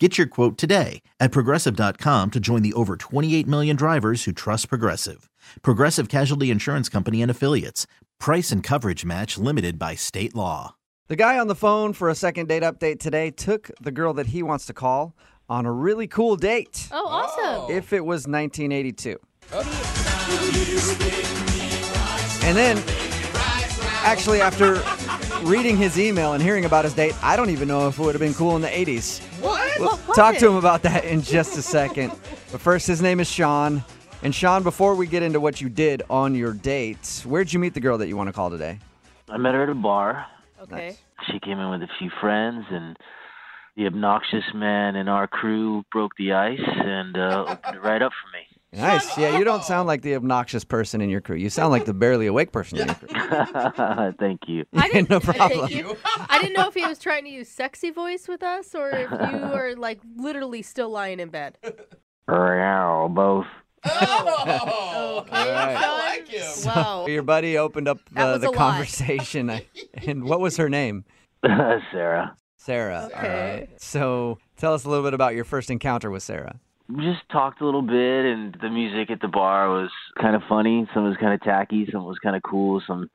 Get your quote today at progressive.com to join the over 28 million drivers who trust Progressive. Progressive Casualty Insurance Company and Affiliates. Price and coverage match limited by state law. The guy on the phone for a second date update today took the girl that he wants to call on a really cool date. Oh, awesome. If it was 1982. And then, actually, after reading his email and hearing about his date, I don't even know if it would have been cool in the 80s. What? We'll talk to him about that in just a second. But first, his name is Sean. And Sean, before we get into what you did on your date, where'd you meet the girl that you want to call today? I met her at a bar. Okay. She came in with a few friends, and the obnoxious man in our crew broke the ice and uh, opened it right up for me. Nice. Yeah, you don't sound like the obnoxious person in your crew. You sound like the barely awake person in your crew. Thank you. I didn't, no I thank problem. you. I didn't know if he was trying to use sexy voice with us or if you are like literally still lying in bed. Meow, Both. Okay. right. I like you. Wow. Your buddy opened up That uh, was the a lot. conversation. uh, and what was her name? Sarah. Sarah. All Okay. right. So tell us a little bit about your first encounter with Sarah. We just talked a little bit, and the music at the bar was kind of funny. Some was kind of tacky, some was kind of cool, some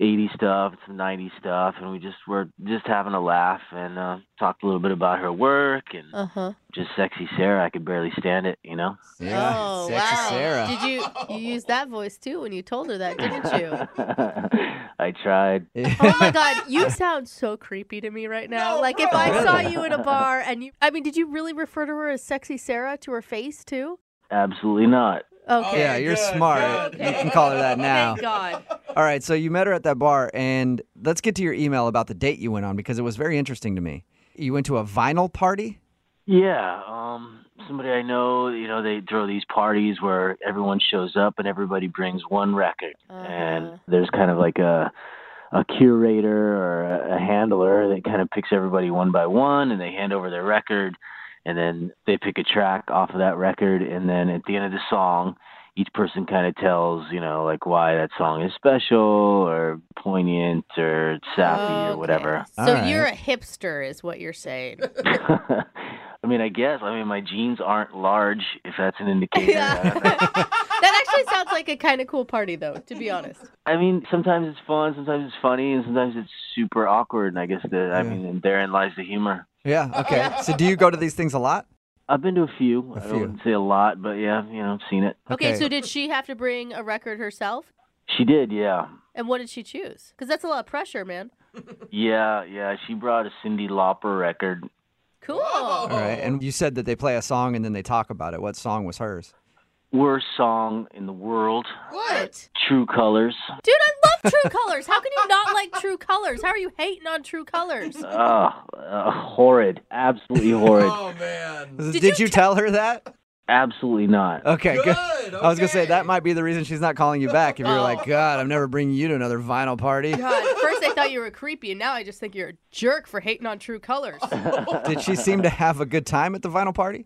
80s stuff, some 90s stuff, and we just were just having a laugh and uh, talked a little bit about her work and Uh huh. just sexy Sarah. I could barely stand it, you know. Yeah. oh Sexy wow. Sarah. Did you you used that voice too when you told her that, didn't you? I tried. Oh my god, you sound so creepy to me right now. like if I saw you in a bar and you I mean, did you really refer to her as sexy Sarah to her face too? Absolutely not. Okay. Oh, yeah, you're smart. good. You can call her that now. Thank God. All right. So you met her at that bar, and let's get to your email about the date you went on because it was very interesting to me. You went to a vinyl party. Yeah, um, somebody I know, you know, they throw these parties where everyone shows up and everybody brings one record, Uh-huh. and there's kind of like a a curator or a, a handler that kind of picks everybody one by one, and they hand over their record, and then they pick a track off of that record, and then at the end of the song, each person kind of tells, you know, like why that song is special or poignant or sappy Oh, Okay. or whatever. So All right. you're a hipster is what you're saying. I mean, I guess. I mean, my jeans aren't large, if that's an indicator. Yeah. I, don't know. that actually sounds like a kind of cool party, though, to be honest. I mean, sometimes it's fun, sometimes it's funny, and sometimes it's super awkward. And I guess that, Yeah. I mean, and therein lies the humor. Yeah. Okay. So do you go to these things a lot? I've been to a few. A I few. don't say a lot, but yeah, you know, I've seen it. Okay, Okay. so did she have to bring a record herself? She did, yeah. And what did she choose? Because that's a lot of pressure, man. Yeah, yeah. She brought a Cindy Lauper record. Cool. All right. And you said that they play a song and then they talk about it. What song was hers? Worst song in the world. What? True Colors. Dude, I love True Colors. How can you not like True Colors? How are you hating on True Colors? Oh, uh, horrid. Absolutely horrid. Oh. Did, you you tell her that? Absolutely not. Okay, good. I was gonna say that might be the reason she's not calling you back. If you're like, God, I'm never bringing you to another vinyl party. God, first I thought you were creepy, and now I just think you're a jerk for hating on True Colors. Did she seem to have a good time at the vinyl party?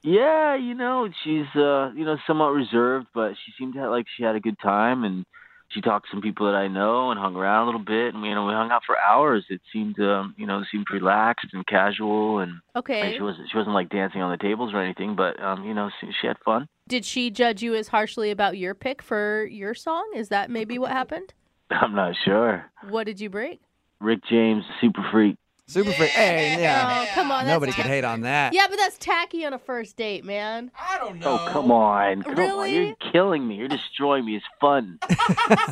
Yeah, you know, she's uh, you know, somewhat reserved, but she seemed to have, like she had a good time and she talked to some people that I know and hung around a little bit and we you know, we hung out for hours. It seemed um, you know, it seemed relaxed and casual and I mean, Okay. she wasn't she wasn't like dancing on the tables or anything, but um, you know, she, she had fun. Did she judge you as harshly about your pick for your song? Is that maybe what happened? I'm not sure. What did you bring? Rick James, super freak. Super free. Hey, yeah. Oh, come on. That's Nobody could hate on that. Yeah, but that's tacky on a first date, man. Oh, come on. Come on. Really? You're killing me. You're destroying me. It's fun.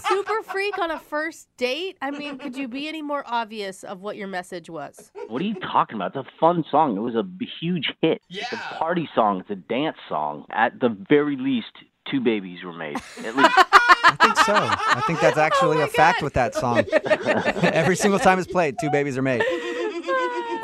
Super freak on a first date? I mean, could you be any more obvious of what your message was? what are you talking about? It's a fun song. It was a b- huge hit. It's a party song. It's a dance song. At the very least, two babies were made. At least. I think so. I think that's actually a fact with that song. Every single time it's played, two babies are made.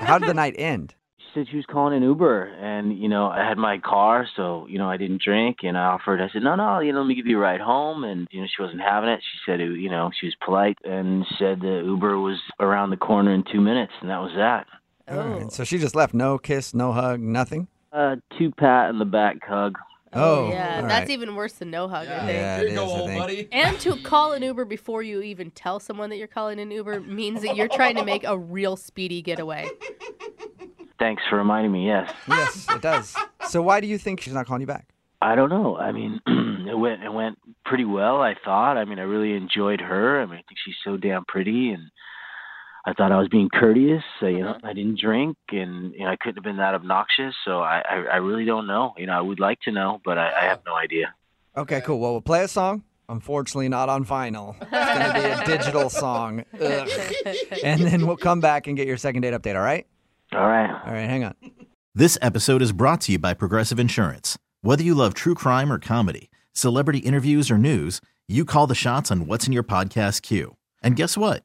How did the night end? she said she was calling an Uber, and you know I had my car, so you know I didn't drink, and I offered. I said, no, no, you know, let me give you a ride home, and you know she wasn't having it. She said, you know, she was polite and said the Uber was around the corner in two minutes, and that was that. All Oh. right, So she just left. No kiss, no hug, nothing. Uh, two pat in the back hug. Oh, yeah, all that's right. even worse than no hug, I think. Yeah, Here it you go, is, I old think. buddy. And to call an Uber before you even tell someone that you're calling an Uber means that you're trying to make a real speedy getaway. Thanks for reminding me. Yes. Yes, it does. So why do you think she's not calling you back? I don't know. I mean, it went it went pretty well. I thought. I mean, I really enjoyed her. I mean, I think she's so damn pretty, and I thought I was being courteous. So, you know, I didn't drink, and you know, I couldn't have been that obnoxious. So I, I, I really don't know. You know, I would like to know, but I, I have no idea. Okay, cool. Well, we'll play a song. Unfortunately, not on vinyl. It's going to be a digital song. Ugh. And then we'll come back and get your second date update, all right? All right. All right, hang on. This episode is brought to you by Progressive Insurance. Whether you love true crime or comedy, celebrity interviews or news, you call the shots on what's in your podcast queue. And guess what?